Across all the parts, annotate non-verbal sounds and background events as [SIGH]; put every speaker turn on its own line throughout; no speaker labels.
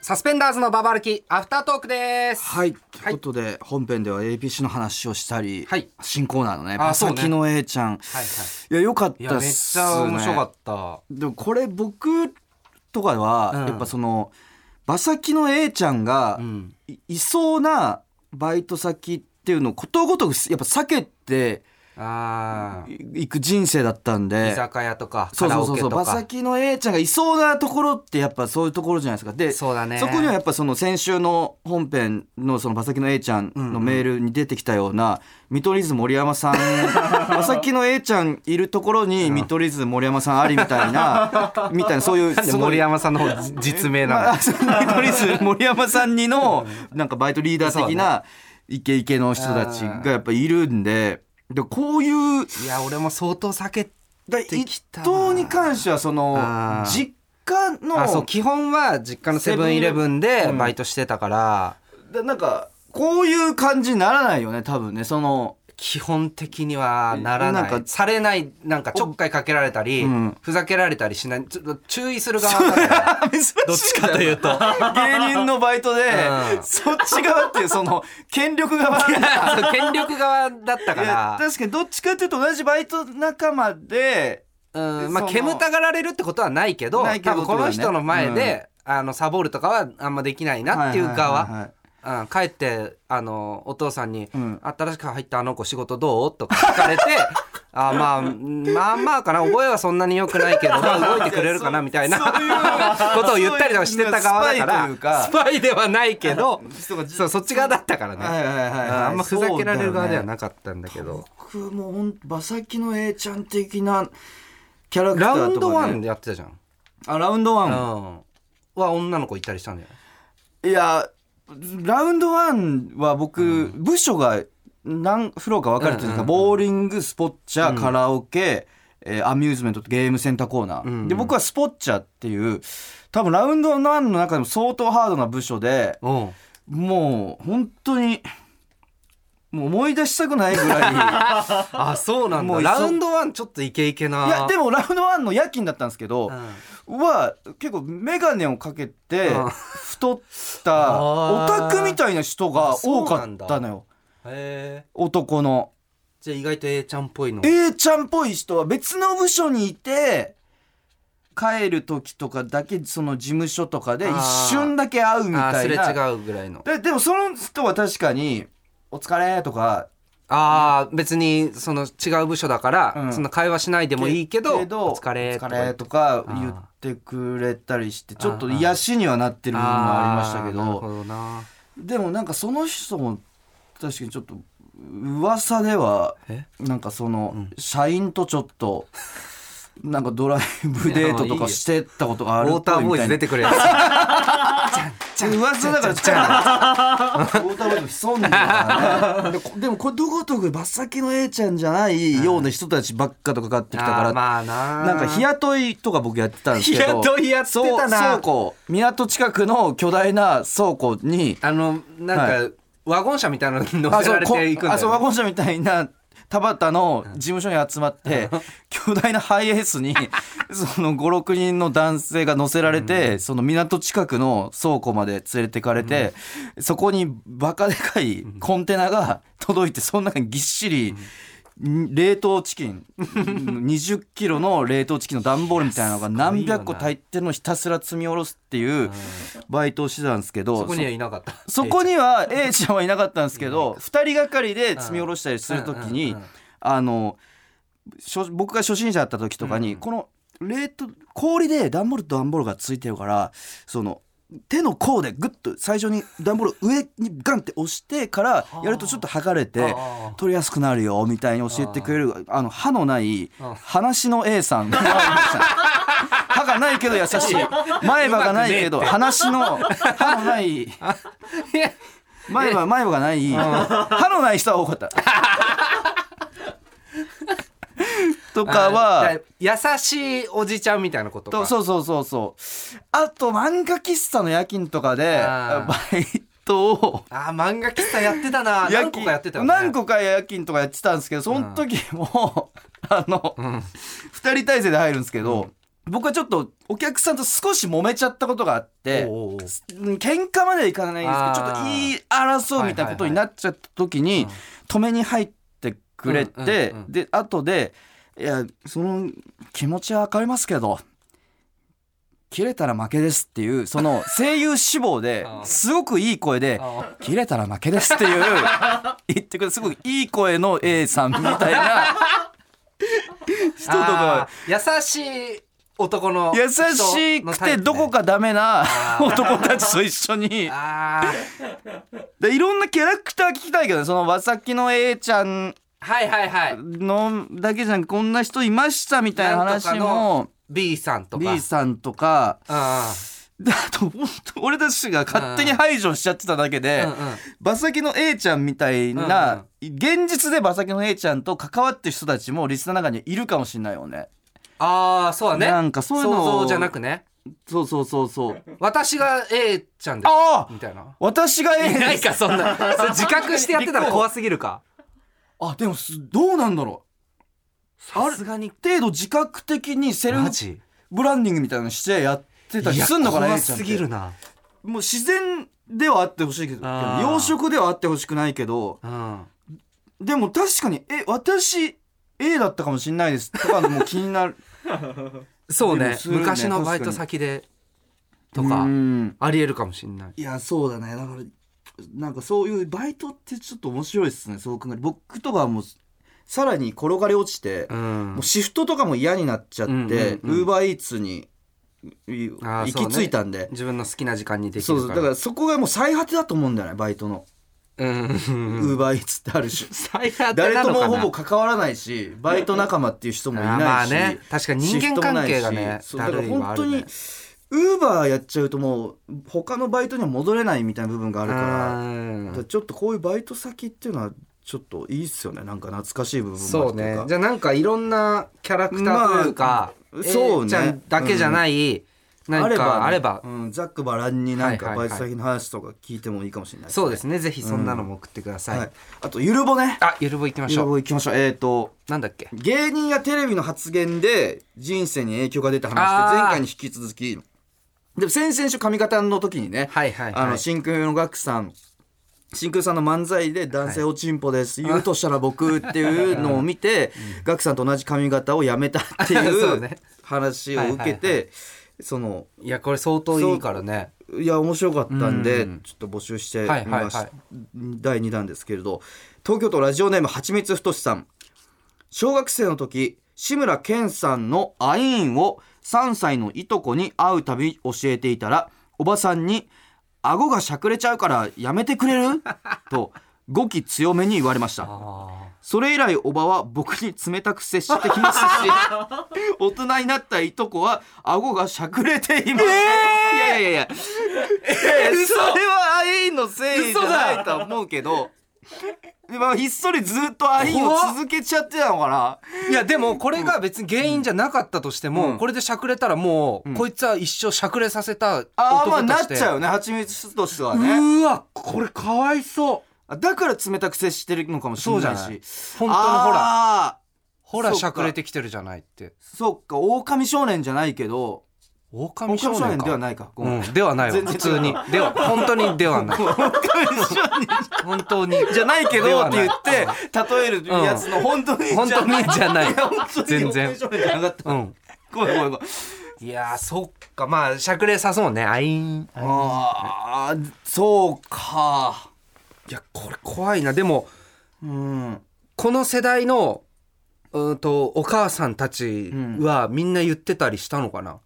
サスペンダーズのババ歩きアフタートークです
はい、ということで本編では APC の話をしたり、
はい
新コーナーのね
あ
「パ
そう
サ
ね
キの A ちゃん」
はい
いやよかっ
いや
たっ
めっ
す
ち
ね
ゃ面白かった
でもこれ僕とかは、
うん
やっぱその馬先の A ちゃんが、
うん
いいそうなバイト先っていうのをことごとくやっぱ避けて
あー
いく人生だったん
居
で。
酒屋とか
そ
カ
う
ラ
そ
オ
うそう
ケ
そう
と
馬
か
先の A ちゃんがいそうなところってやっぱそういうところじゃないですかで
そうだね
そこにはやっぱその先週の本編のその馬先の A ちゃんのメールに出てきたような、見取り図森
[LAUGHS]
山さん馬先の A ちゃんいるところに見取り図森山さんありみた
[LAUGHS]
いなみたいなそういう
なんです
ごい
森山さんの方じ実名な
ま
の
あ、その [LAUGHS] 見取り図森山さんにのなんかバイトリーダー的なイケイケの人たちがやっぱいるんででこういう
いや俺も相当避け
だ
てき
一
たな
等に関してはその
あー
実家
あそう
の
基本は実家のセブンイレブンで
うん
バイトしてたから、
だなんかこういう感じにならないよね多分ねその
基本的にはならない
なんか
されないなんかちょっかいかけられたり、
うん
ふざけられたりしないちょっと注意する側だから [LAUGHS] どっちかというと
[LAUGHS] 芸人のバイトで
うん
そっち側っていうその権
[LAUGHS]
力側
権力側だったか
いや
ら、
確かにどっちかっていうと同じバイト仲間で
うんまあ、
その
煙たがられるってことはないけど
ないけど
多分この人の前
ってことだ
で、あのサボるとかはあんまできないなっていう側、
はははは
うん、帰ってあのお父さんに、
うん
新しく入ったあの子仕事どう?」とか聞か
[LAUGHS]
れてあまあまあまあかな覚えはそんなに良く
[LAUGHS]
ないけど、まあ、動いてくれるかなみたいな [LAUGHS] ことを言ったりとかしてた側だから
そういうスパイというか
スパイではないけど
人がじ
そうそっち側だったからね、
はいはいはいはい
あんまふざけられる側では
そうだよね
なかったんだけど。
僕もほん馬先の A ちゃん的なキャラクター
ラ
とか、ね、
ウンドワンやってたじゃん。
あラウンド
う
ワ
ん。は女の子いたりしたんだよ。
ンいやラウンドワンは僕、部署が何フロアか分かれてるんで
う
すか、
んうん
ボーリングスポッチャー、カラオケ、えーアミューズメントとゲームセンターコーナー、
んうん
で僕はスポッチャーっていう多分ラウンドワンの中でも相当ハードな部署で
うん。
もう本当にもう思い出したくないぐらい
あ、そうなん
も
だ。
ういっ
ラ
そ
ウンドワンちょっとイケイケ [LAUGHS] な。
いやで
も、
もラウンドワンの夜勤だったんですけど、は結構眼鏡をかけて
うん
太ったオ
あー
タクみたいな人が多
そうな
か
ん
っ
だ
たのよ
へえ。
男の
じゃあ意外と A ちゃんっぽいの。
A ちゃんっぽい人は別の部署にいて帰る時とかだけその事務所とかで
あー
一瞬だけ会うみ
あー
た
す
い
れ
な
違うぐらいの。
ででもその人は確かに「お疲れ」とか
ああ、別にその違う部署だから、
うん
そんな会話しないでもいいけど、お疲
お
れとか
疲れ」とか言ってくれたりしてちょっと癒しにはなってる部分もありましたけ
あーなる
ど
ほどな。
でもなんかその人も確かにちょっと噂では
え
なんかその社員とちょっとなんかドライブデートとかしてったことが
ウ
ある
ォー
っぽ
ター
い
ボー
み
イズ
たい
出
な
てくるやつ。
噂だからちゃんウォーターボーイズ潜んでるからねでこでもこれどことくバッサキの A ちゃんじゃないような人たちばっかとかかってきた
あ
か
ー
ら
まあな。
なんか日雇いとか僕やってたんですけど
日雇いやってたな
そう倉庫港近くの巨大な倉庫に
あの、なんか、
は
ワゴン車みたいなのに乗
あ
せ
そう
られていくんだよ、ね。
こあそうワゴン車みたいな田畑の事務所に集ま
[LAUGHS]
って、巨大なハイエースにその56人の男性が乗せられて、その港近くの倉庫まで連れてかれて、そこにバカでかいコンテナが届いてその中にぎっしり。冷凍チキン20キロの冷凍チキンの段ボールみたいなのが何百個炊いてるのをひたすら積み下ろすっていうバイトをしてたんですけど
そこにはいなかった。
そ [LAUGHS] こには A ちゃんはいなかったんですけど2人がかりで積み下ろしたりするとき
うん
に
うんうん
あの初僕が初心者だった時とかにこの冷凍氷で段ボールと段ボールがついてるからその手の甲でグッと最初に段ボールを上にガンって押してからやるとちょっと剥がれて
あー
取りやすくなるよみたいに教えてくれるあの歯のない話の A さん歯がないけど優しい前歯がないけど話の歯のない。
いや
前歯前歯がない歯のない人は多かったとか
あ
は
ーだから優しいおじちゃんみたいなことか
とそうそうそうそうあと漫画喫茶の夜勤とかで
あ
バイトを
あー漫画喫茶やってたな
夜
何個
勤
かやってたよね
何個か夜勤とかやってたんですけどその時も [LAUGHS] あの
うん
2人体制で入るんですけど僕はちょっとお客さんと少し揉めちゃったことがあって
おうおうおう
うん喧嘩まではいかないんですけど
あー
ちょっと言い争うみたいなことになっちゃった時に止めに入ってくれて
うんうんうん
で後で「いやその気持ちはわかりますけど切れたら負けです」っていうその声優志望
[LAUGHS]
で
あー
すごくいい声で
あ
「切れたら負けです」っ
[LAUGHS]
ていう言ってくれるすごくいい声の A さんみたい
[LAUGHS]
な人とか
あー優しい男の
優しくてどこかダメな
あー
男たちと一緒に
ああ
でいろんなキャラクター聞きたいけどねそのわさきの A ちゃん
はいはいはい
のだけじゃなくこんな人いましたみたいな
な
話
んとか
も
の B さんとか
B さんとか
あ
であと本当俺たちが勝手に排除しちゃってただけ
あ
で
うんうん
馬先の A ちゃんみたいな現実で馬先の A ちゃんと関わってる人たちもリスナーの中にはいるかもしれないよね
ああそうだね
なんかそういうのを
想像じゃなくね
そうそうそうそう
私が A ちゃんです
ああ
みたいな
私が
[LAUGHS]
A
いな
で
い
す
かそんなそれ自覚してやってたら怖すぎるか
あでもすどうなんだろうあ
さ
る
すがに
程度自覚的にセルフ
マジ
ブランディングみたいなのしてやってたりすんのかな
怖
A ちゃん
す
って
ぎるな
もう自然ではあってほしいけど
あー
養殖ではあってほしくないけど
うん
でも確かに「え私 A だったかもしんないです」とかのも気にな [LAUGHS] る
そう
で
ね
もするね
昔のバイト先でとか
うん
ありえるかもしんない
いやそうだねだからなんかそういうバイトってちょっと面白いですねそう考える僕とかはもうさらに転がり落ちて、
うん
もうシフトとかも嫌になっちゃって
うんうんうん
ウーバーイーツにい
あ
行
ー
き着いたんで
自分の好きな時間にでき
そう
る
そ
か
う
ら
だからそこがもう最果てだと思うんだよねバイトのウ
うん
ーバーイーツってあ
[LAUGHS]
る種
最悪
誰
な
と
の
も
か
ほ
な
ぼ関わらないしバイト仲間っていう人もい
あーま
な
あ
いし、
ね確かに人間関係がね
シフ
だ
トもないしそうだから
るいは
本
あ
当
るね
にウーバーやっちゃうともう他のバイトには戻れないみたいな部分があるからだからちょっとこういうバイト先っていうのはちょっといいっすよねなんか懐かしい部分もあ
そ
る
う
という
ね
か
じゃあなんかいろんなキャラクターというか、
まあそうね
A ちゃんだけじゃない、なんかあれば
うん、ざっくばらんになん
は
か
いは
バ
い
イ
はい
ト先の話とか聞いてもいいかもしれない
そうですすねぜひそんなのも送ってください、
はい、あとゆるぼね
あゆるぼ行きま
ゆ
し
る
ょう
ぼ行きましょうえっ、と
なんだっけ
芸人やテレビの発言で人生に影響が出た話
あ
で
ー
前回に引き続きでも先々週上方の時にね、
はいはい
あ
は
の
い
真空のガクさん真空さんの漫才で「男性おちんぽです」言うとしたら僕っていうのを見
[LAUGHS]
て、ガクさんと同じ髪型をやめたってい
そう
う
ね
話を受け
は
てその
いやこれ相当いいからね
いや面白かったんで、
うん
ちょっと募集してみ
はいはいはい
ました、第2弾ですけれど東京都ラジオネームはちみつふとしさん小学生の時志村けんさんの「アイーン」を3歳のいとこに会うたび教えていたらおばさんに「顎がしゃくれちゃうからやめてくれる? 」と語気強めに言われました
あ
それ以来おばは僕に冷たく接して
[LAUGHS]
きますし大人になったいとこは顎がしゃくれています、いやいやいやいや、え
嘘
それはアイーンのせいじゃないとは思うけどまあひっそりずっとアイーンを続けちゃってたのかない
やでもこれが別に原因じゃなかったとしても、
うん
これでしゃくれたらもう、
ん
こいつは一生しゃくれさせた男として
ああまあなっちゃうよね蜂蜜としては
う
ね
ーわこれかわいそう
だから冷たく接してるのかもしれないし
そうじゃない本当のほら
ら
ほらしゃくれてきてるじゃないって
そっか狼少年じゃないけど
狼
狼
少
少
年
年
か
ではないかごめん
うん、ではないわ
全然違
普
う
通にでは本当にでは
[LAUGHS]
ない本当に
じゃないけ
で
ど
は
って
ない
言って例えるやつの本当に
本当にじゃない全
全然
然
じゃなかった
うん
ごめんごめんごめん
いやーそっかまあしゃくれさそうねあいん
ああそうか
いやこれ怖いなでも
うん
この世代のうーんとお母さんたちはみんな言ってたりしたのかな、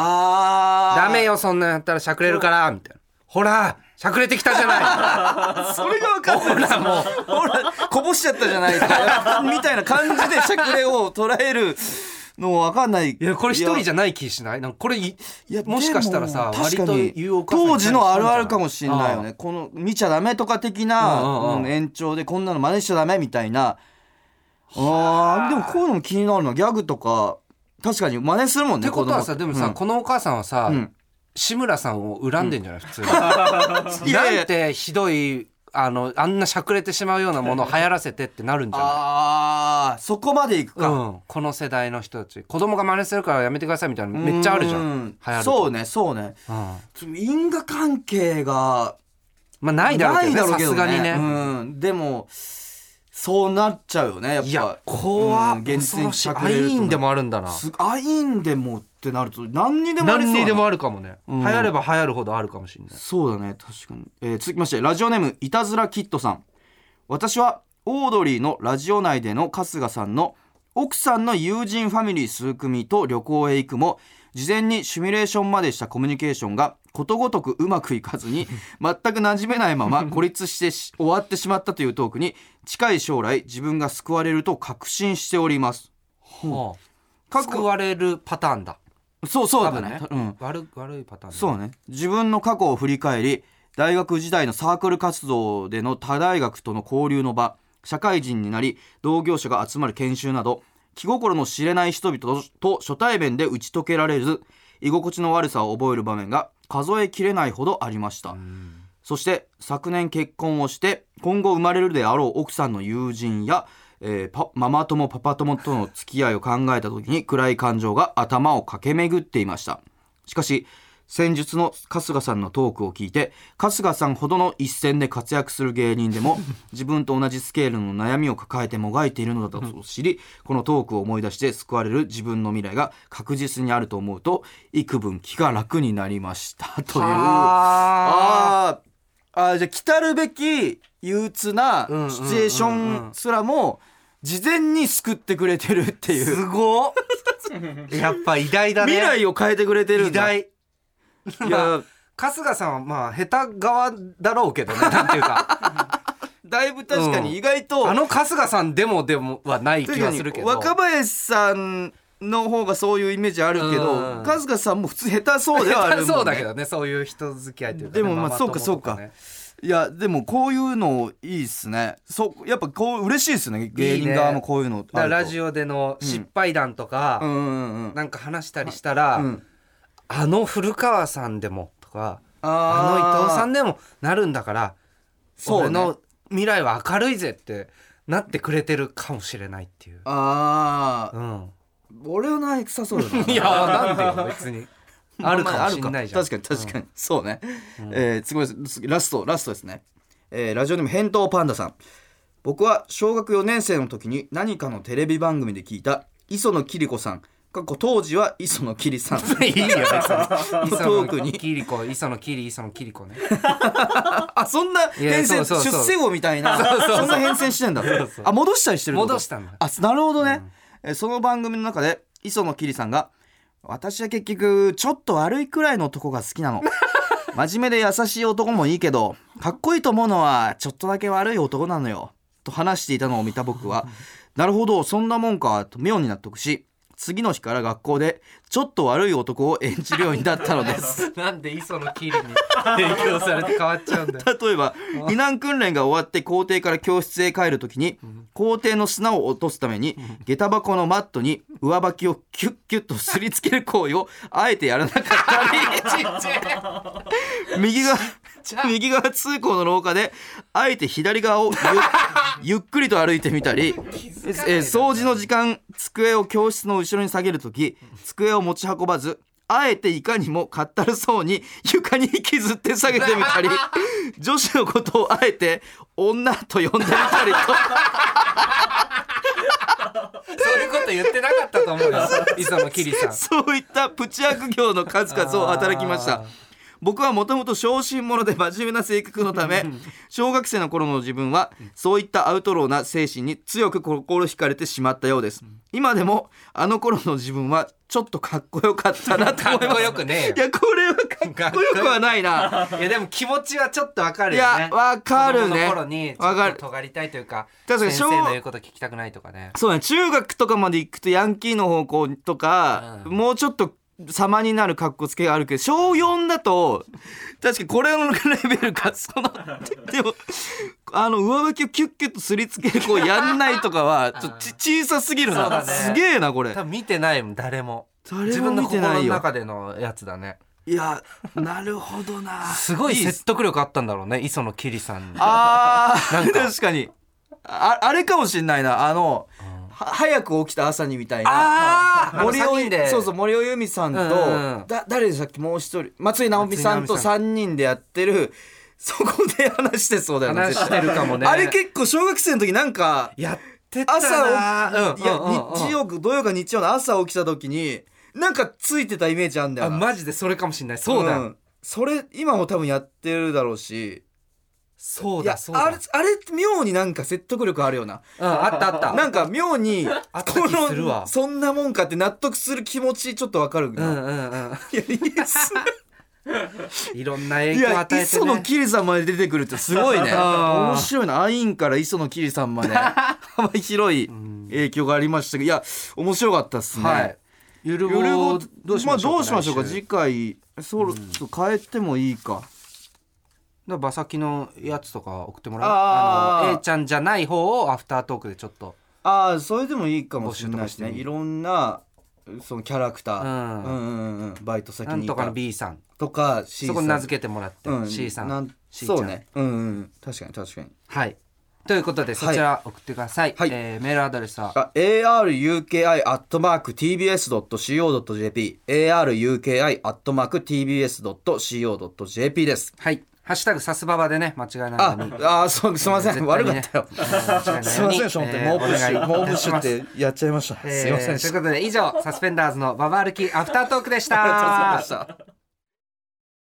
あー
ダメよそんなんやったらしゃくれるからみたいなほらしゃくれてきたじゃない
[LAUGHS] それが分かんないほらもうほらこぼしちゃったじゃないかみたいな感じでしゃくれを捉えるのも分かんないい
いやこれ一人じ
ゃ
ゃない気しないなんかこれいもしかしたらさ
でも
割と
確かに
言うお母さん
当時のあるあるかもし
れ
んないよねこの見ちゃダメとか的な、
うんうんうん
うん延長でこんなの真似しちゃダメみたいなあーでもこういうのも気になるなギャグとか確かに真似するも
っ
んね
てことは
子供
さでもさ、
うん
このお母さんはさ、
うん
志村さんを恨んでんじゃない普通に、
いやいや
なんてひどいあのあんなしゃくれてしまうようなものを流行らせてってなるんじゃない
ああそこまでいくか、
うん、この世代の人たち子供が真似するからやめてくださいみたいなのめっちゃあるじゃん
う
流行ると
そうねそうね
うん
因果関係が
まあないだろうけどねさすがにね、
うん、でもそうなっちゃうよねやっぱ
いや怖
うん
っ恐ろしい
隠
ア
れると
インでもあるんだな
すあいいんでもってなると何にでもありそ
何
うだな
にでもあるかもね、
ん
流行れば流行るほどあるかもしれない
そうだね確かに、えー続きましてラジオネームいたずらキッドさん私はオードリーのラジオ内での春日さんの奥さんの友人ファミリー数組と旅行へ行くも事前にシミュレーションまでしたコミュニケーションがことごとくうまくいか
[LAUGHS]
ずに全く馴染めないまま孤立してし終わってしまったというトークに近い将来自分が救われると確信しております。
はあ
過
救
去
われるパターンだ
そうそうだ
多
ね。う
分
ん
悪悪いパターンだ
そうね自分の過去を振り返り大学時代のサークル活動での他大学との交流の場社会人になり同業者が集まる研修など気心の知れない人々とと初対面で打ち解けられず居心地の悪さを覚える場面が数えきれないほどありました、
ん
そして昨年結婚をして今後生まれるであろう奥さんの友人や、えーパママ友パパ友との付き合いを考えた時に暗い感情が頭を駆け巡っていましたしかし先日の春日さんのトークを聞いて春日さんほどの一線で活躍する芸人でも自分と同じスケールの悩みを抱えてもがいているのだと知りこのトークを思い出して救われる自分の未来が確実にあると思うと幾分気が楽になりましたという
はあ
あーあーじゃあ来たるべき憂鬱な
うんうんうんうん
シチュエーションすらも事前に救ってくれてるっていう
すごっ [LAUGHS] やっぱ偉大だね
未来を変えてくれてる
偉
んだい
大
や
春日さんはまあ下手側だろうけどね [LAUGHS] なんていうか
だいぶ確か
うん
に意外と、
あの春日さんでもでもはない気がするけど
若林さんの方がそういうイメージあるけど、
うん
春日さんも普通下手そうではあるもん、ね、
[LAUGHS] そうだけどねそういう人付き合いというかね、
でもまあ
ママ
そうかそうか
友とね
いやでもこういうのいいっすねそうやっぱこう嬉しいっすね芸人側もこういうのあると
だからラジオでの失敗談とか、
うんうんうん
なんか話したりしたら、
うん
あの古川さんでもとか
あ
あの伊
ー
藤さんでもなるんだから
そうね
俺の未来は明るいぜってなってくれてるかもしれないっていう、
あ
う
あ
ん、
俺はない臭そうだな
[LAUGHS] いやなんでよ別にあるかもしれないじゃん
確かに確かに、そうね、えー次ですラストラストですね、えーラジオネーム返答パンダさん僕は小学4年生の時に何かのテレビ番組で聞いた磯野桐子さん過去当時は磯野
[LAUGHS]
桐さん
いいよ別に
[LAUGHS] トー
磯
ク
野
に
キリコ磯野キリ磯野キリコね
あそんない
や
変遷
そうそう [LAUGHS] そう
出世後みたいなそんな変遷してんだあ戻したりしてるってこと
戻したんだ
あなるほどね、えーその番組の中で磯野きりさんが「私は結局ちょっと悪いくらいの男が好きなの」「真面目で優しい男もいいけどかっこいいと思うのはちょっとだけ悪い男なのよ」と話していたのを見た僕は「なるほどそんなもんか」と妙に納得し次の日から学校でちょっと悪い男を演じるようになったのです
なんで磯野 [LAUGHS] キリに影響されて変わっちゃうんだよ
例えば避難訓練が終わって校庭から教室へ帰るときに校庭の砂を落とすために下駄箱のマットに上履きをキュッキュッとすりつける行為をあえてやらなかったり右側右側通行の廊下であえて左側をゆ [LAUGHS] ゆっくりと歩いてみたり、えー掃除の時間机を教室の後ろに下げるとき机を持ち運ばずあえていかにもかったるそうに床に引きずって下げてみたり女子のことをあえて女と呼んでみたりと。
そういうこと言ってなかったと
[LAUGHS]
思うよ磯野キリさん
そういったプチ悪行の数々を働きまし
あ
た
ー。
僕はもともと小心者で真面目な性格のため小学生の頃の自分はそういったアウトローな精神に強く心惹かれてしまったようです今でもあの頃の自分はちょっとかっこよかったなと
かっ
思いま
こ
す
よくね
いやこれはかっこよくはないな
えよいやでも気持ちはちょっとわかる
い
よね
やわかる
子供
ね
の頃にちょ
わか
っ
る
と尖りたいというか
確かに
先生の言うこと聞きたくないとかね
そうね中学とかまで行くとヤンキーの方向とか、
うん
もうちょっと様になる格好つけがあるけど小4だと確かにこれのレベルかそのでもあの上履きをキュッキュッとすりつけるこうやんないとかはちょっとち小さすぎる
そう
な、
だね
すげえなこれ
多分見てないもん誰も
誰も
自分の
見て
心
ないよ
の中でのやつだね
いやなるほどな
すごい説得力あったんだろうね磯野キリさんに
あー確かにああれかもしんないなあの、は早く起きた朝にみたいな
あー
森尾
三人で
そうそう森尾由美さんと、
うんうんうん
だ誰でしたっけもう一人松井直美さんと
松井直美さ
3人でやってる [LAUGHS] そこで話してそうだよね
話してるかもね
あれ結構小学生の時なんか
やってたな
朝
うん
いや
うんうんうん
日曜土曜か日曜の朝起きた時になんかついてたイメージあんだ
あ
よな
マジでそれかもしれないそうだ、
んそれ今も多分やってるだろうし
そう
いや
だそうだ
あれあれ妙になんか説得力あるよな
うん、あったあった
なんか
[LAUGHS]
妙に
あった気
こ
する
の
わ
そんなもんかって納得する気持ちちょっとわかる
う
な、
んうんうん
いやいいっすね
[LAUGHS] いろんな影
い
響を
や
与えて
磯
ね
野キリさんまで出てくるってすごいね
[LAUGHS] あー
面白いなアインから磯野キリさんまで
[LAUGHS]
幅広い影響がありましたけどいや面白かったっすね、
はいゆる
ゆる
ぼ
ご
うどうし
ま
ま
あ
しょうか、
どうしましょうか
来週
次回そろそろ変えてもいいか、
だから馬先のやつとか送ってもらう
あ
あ
ー
の A ちゃんじゃない方をアフタートークでちょっと
ああそれでもいいかもしれないですね
募集とかしてみ
い
る
ろんなそのキャラクター、
うん
うんうんうんバイト先
な
に
ん
い
と
た
かの B さん
とか C さん
そこに名付けてもらって、
うん
C さん
な
C ちゃん
そうねうんうん確かに確かに
はいということでそちら送ってください、
はい
えーメールアドレスは
あ aruki.tbs.co.jp aruki.tbs.co.jp です
はいハッシュタグサスババでね間違いないよ
あ
うに
あそうすいません、
絶対にね
悪かったよ
えー間違いない
すい
よう
ま
に
せん本当に
えー
猛プッシ
お願
ュ
い
猛プッシ
い
ュ
たしま
っ
す
てやっちゃいました、
えー
すいません
と
で
い
し
う
た
ことで以上サスペンダーズのババ歩きアフタートークでした
[LAUGHS] ありがとうございました